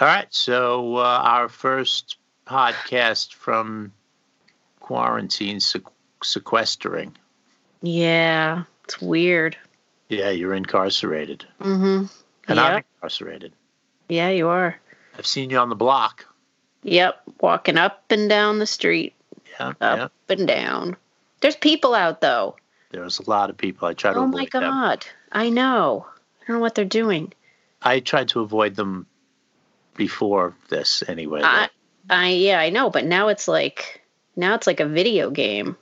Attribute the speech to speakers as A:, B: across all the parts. A: All right, so uh, our first podcast from quarantine sequ- sequestering.
B: Yeah, it's weird.
A: Yeah, you're incarcerated,
B: Mm-hmm.
A: and
B: Yeah,
A: I'm incarcerated.
B: yeah, you are.
A: I've seen you on the block.
B: Yep, walking up and down the street,
A: Yeah,
B: up
A: yeah.
B: and down. There's people out though.
A: There's a lot of people. I try to
B: oh
A: avoid
B: my
A: them.
B: god, I know. I don't know what they're doing.
A: I tried to avoid them before this, anyway.
B: I, I yeah, I know. But now it's like now it's like a video game.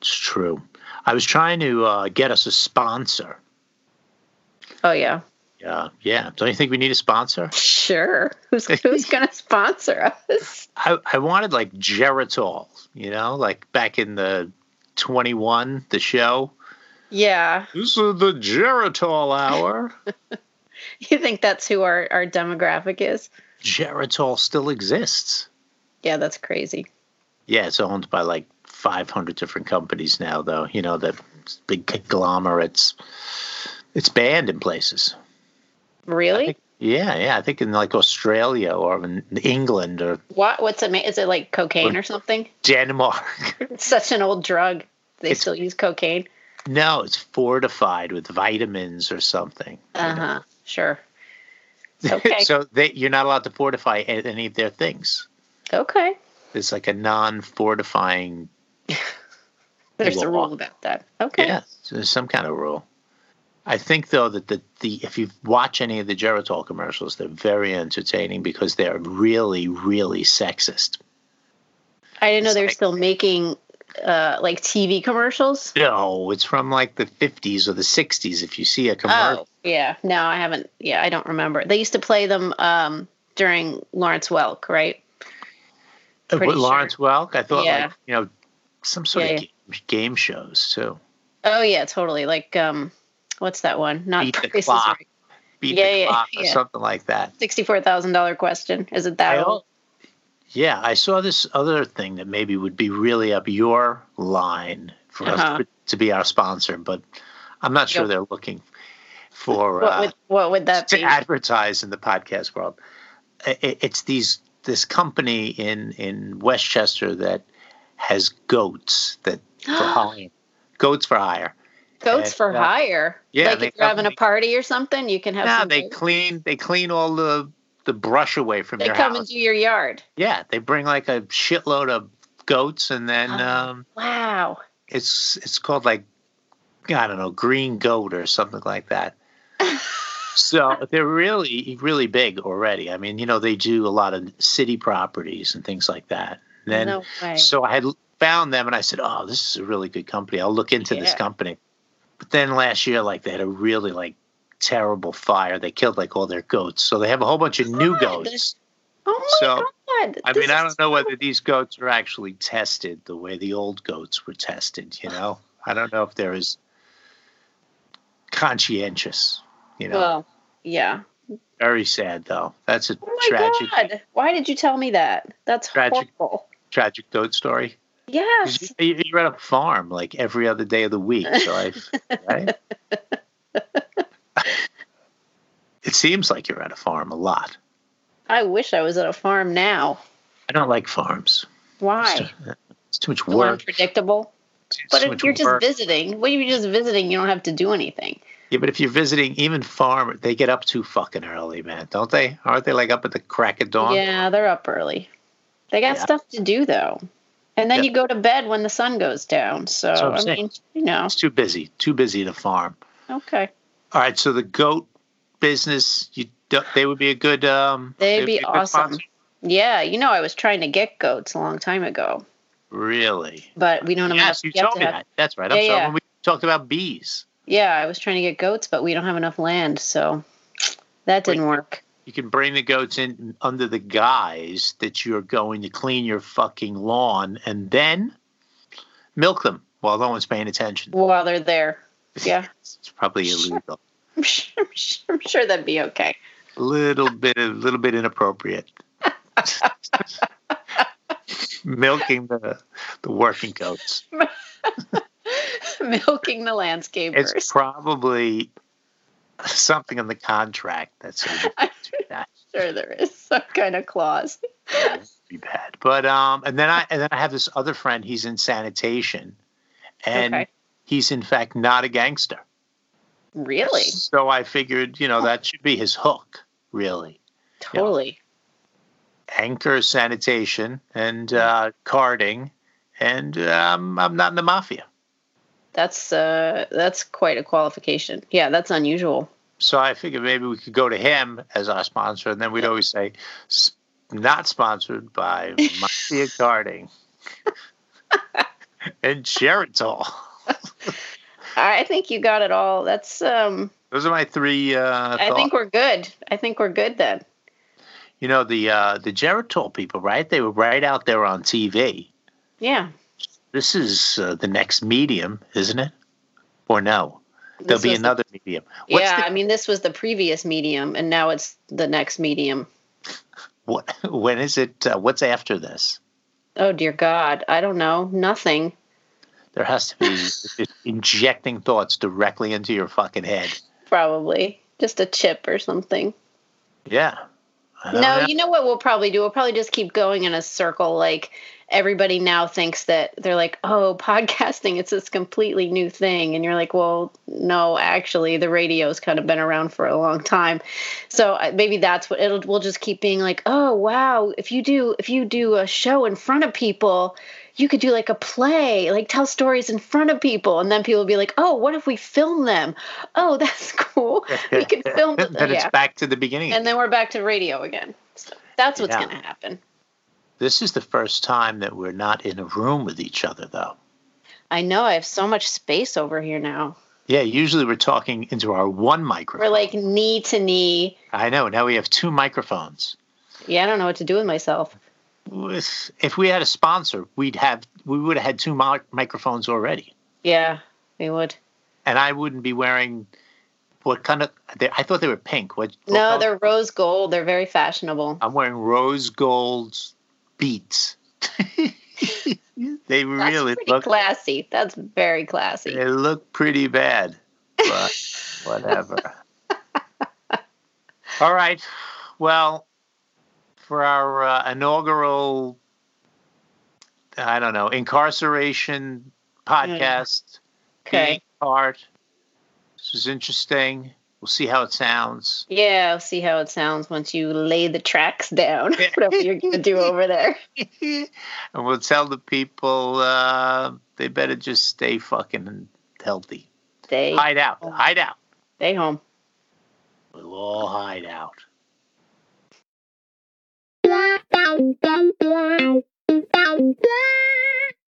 A: It's true. I was trying to uh, get us a sponsor.
B: Oh yeah,
A: Yeah, yeah. Don't you think we need a sponsor?
B: sure. Who's who's gonna sponsor us?
A: I, I wanted like Geritol, you know, like back in the 21, the show.
B: Yeah,
A: This is the Geritol hour.
B: you think that's who our our demographic is?
A: Geritol still exists.
B: Yeah, that's crazy.
A: Yeah, it's owned by like 500 different companies now, though, you know, the big conglomerates. It's banned in places.
B: Really?
A: Yeah, yeah. I think in like Australia or in England or
B: What? What's it? ma- Is it like cocaine or something?
A: Denmark.
B: It's such an old drug. They
A: It's-
B: still use cocaine.
A: No, it's fortified with vitamins or something. you
B: Uh
A: know.
B: huh. Sure. Okay.
A: so they, you're not allowed to fortify a- any of their things.
B: Okay.
A: It's like a non-fortifying.
B: There's a
A: Law.
B: rule about that. Okay.
A: Yeah, so there's some kind of rule. I think though that the, the if you watch any of the Geritol commercials, they're very entertaining because they're really, really sexist.
B: I didn't know
A: It's
B: they were
A: like-
B: still making uh, like TV commercials.
A: No, Oh, it's from like the 50s or the 60s. If you see a uh, commercial,
B: Oh, yeah. No, I haven't. Yeah, I don't remember. They used to play them um, during Lawrence Welk, right?
A: Uh,
B: pretty
A: with Lawrence Welk, I thought
B: Yeah.
A: like you know some sort
B: Yeah,
A: of game, game shows too.
B: Oh, yeah, totally. Like, um, what's that one? Not
A: Beat the
B: Price is
A: Clock.
B: Right.
A: Beat
B: Yeah,
A: the
B: yeah,
A: clock or
B: yeah.
A: something like that.
B: $64,000 question. Is it
A: I
B: that old?
A: al- yeah, I saw this other thing that maybe would be really up your line for us
B: Uh-huh.
A: to, to be our sponsor, but I'm not sure
B: Yep.
A: they're looking for
B: What
A: uh,
B: would, what would that
A: to
B: be?
A: advertise in the podcast world. I- I- It's these this company in in Westchester that has goats that for hire, goats for hire.
B: Goats
A: And,
B: for
A: uh,
B: hire.
A: yeah,
B: like
A: they
B: if you're having a
A: come-
B: party or something, you can have
A: Yeah,
B: some.
A: they
B: goats.
A: clean they clean all the the brush away from
B: They
A: your
B: come
A: house.
B: into your yard.
A: Yeah, they bring like a shitload of goats, and then
B: Oh.
A: um,
B: Wow.
A: it's it's called like I don't know, green goat or something like that. so they're really really big already. I mean, you know, they do a lot of city properties and things like that. And then
B: no way.
A: so I had found them, and I said, "Oh, this is a really good company. I'll look into this
B: Yeah.
A: company." But then last year, like they had a really like terrible fire. They killed like all their goats, so they have a whole bunch of new
B: God.
A: goats.
B: oh my
A: so,
B: god.
A: I
B: This
A: mean, I
B: is-
A: don't know whether these goats are actually tested the way the old goats were tested. You know, I don't know if they're as conscientious. You know,
B: Well, yeah.
A: very sad though. That's a
B: Oh my
A: tragic,
B: god. Why did you tell me that? That's
A: Tragic.
B: horrible.
A: tragic goat story. 'Cause
B: Yes.
A: You, you're at a farm like every other day of the week, so I, right? it seems like you're at a farm a lot.
B: I wish I was at a farm now.
A: I don't like farms. It's
B: Why?
A: too, it's too much
B: So
A: work.
B: unpredictable.
A: It's
B: But
A: too
B: if
A: much
B: you're just
A: work.
B: visiting, what if you're just visiting, you don't have to do anything.
A: Yeah, but if you're visiting, even farm, they get up too fucking early, man, don't they? Aren't they like up at the crack of dawn?
B: Yeah, they're up early. They got
A: Yeah.
B: stuff to do though. And then
A: Yeah.
B: you go to bed when the sun goes down. So
A: That's what I'm
B: I
A: saying.
B: mean, you know.
A: It's too busy, too busy to farm.
B: Okay.
A: All right, so the goat business, you don't- they would be a good. Um,
B: They'd
A: would
B: be
A: a good
B: awesome.
A: sponsor?
B: Yeah, you know, I was trying to get goats a long time ago,
A: Really?
B: but we don't
A: Yes,
B: have
A: you
B: enough. you have
A: told
B: to
A: me
B: have-
A: that. That's right. I'm
B: Yeah,
A: sorry.
B: yeah.
A: When we talked about bees,
B: Yeah, I was trying to get goats, but we don't have enough land, so that didn't work.
A: you can bring the goats in under the guise that you're going to clean your fucking lawn and then milk them while no one's paying attention.
B: While they're there, yeah,
A: It's probably illegal.
B: I'm sure, I'm sure- I'm sure that'd be okay.
A: A little bit, a little bit inappropriate. Milking the the working goats.
B: Milking the landscapers.
A: It's probably something in the contract that's so that
B: sure there is some kind of clause.
A: would be bad. But um, and then I and then I have this other friend. He's in sanitation, and
B: Okay.
A: he's in fact not a gangster.
B: Really?
A: So I figured, you know, that should be his hook, really.
B: Totally.
A: Anchor sanitation and uh, carding, and um, I'm not in the mafia.
B: That's uh that's quite a qualification. Yeah, that's unusual.
A: So I figured maybe we could go to him as our sponsor, and then we'd always say, "S- "Not sponsored by Mafia Carding and Geritol."
B: I think you got it all. That's um
A: Those are my three. Uh,
B: I think we're good. I think we're good then.
A: you know the uh, the Geritol people, right? They were right out there on TV.
B: Yeah.
A: This is uh, the next medium, isn't it? Or no? There'll
B: This
A: be
B: was the-
A: another medium. What's
B: yeah,
A: the-
B: I mean this was the previous medium and now it's the next medium.
A: What? When is it? Uh, what's after this?
B: Oh dear God. I don't know. Nothing.
A: There has to be injecting thoughts directly into your fucking head.
B: Probably. Just a chip or something.
A: Yeah. I don't
B: No,
A: know.
B: you know what we'll probably do? We'll probably just keep going in a circle. Like everybody now thinks that they're like, oh, podcasting, it's this completely new thing. And you're like, well, no, actually, the radio's kind of been around for a long time. So I- maybe that's what it'll, we'll just keep being like, oh, wow, if you do, if you do a show in front of people, you could do like a play, like tell stories in front of people. And then people will be like, oh, what if we film them? Oh, that's cool. We can film
A: then
B: them.
A: it's
B: Yeah.
A: back to the beginning.
B: And then we're back to radio again. So that's what's
A: Yeah.
B: going to happen.
A: this is the first time that we're not in a room with each other, though.
B: I know I have so much space over here now.
A: Yeah, usually we're talking into our one microphone.
B: We're like knee to knee.
A: I know. Now we have two microphones.
B: Yeah, I don't know what to do with myself.
A: With- If we had a sponsor, we'd have we would have had two mi- microphones already,
B: Yeah, we would.
A: and I wouldn't be wearing what kind of. They, I thought they were pink. What? what
B: No,
A: color?
B: they're rose gold. They're very fashionable.
A: I'm wearing rose gold beads. they
B: That's
A: really
B: pretty
A: look.
B: classy. That's very classy.
A: They look pretty bad, but whatever. All right. Well, for our uh, inaugural, I don't know, incarceration podcast,
B: Mm, Okay.
A: being part. This is interesting. We'll see how it sounds.
B: Yeah, I'll see how it sounds once you lay the tracks down. Whatever you're gonna do over there.
A: and we'll tell the people uh, they better just stay fucking healthy.
B: Stay,
A: Hide out. Hide out.
B: stay home.
A: We'll all hide out.
C: Bye.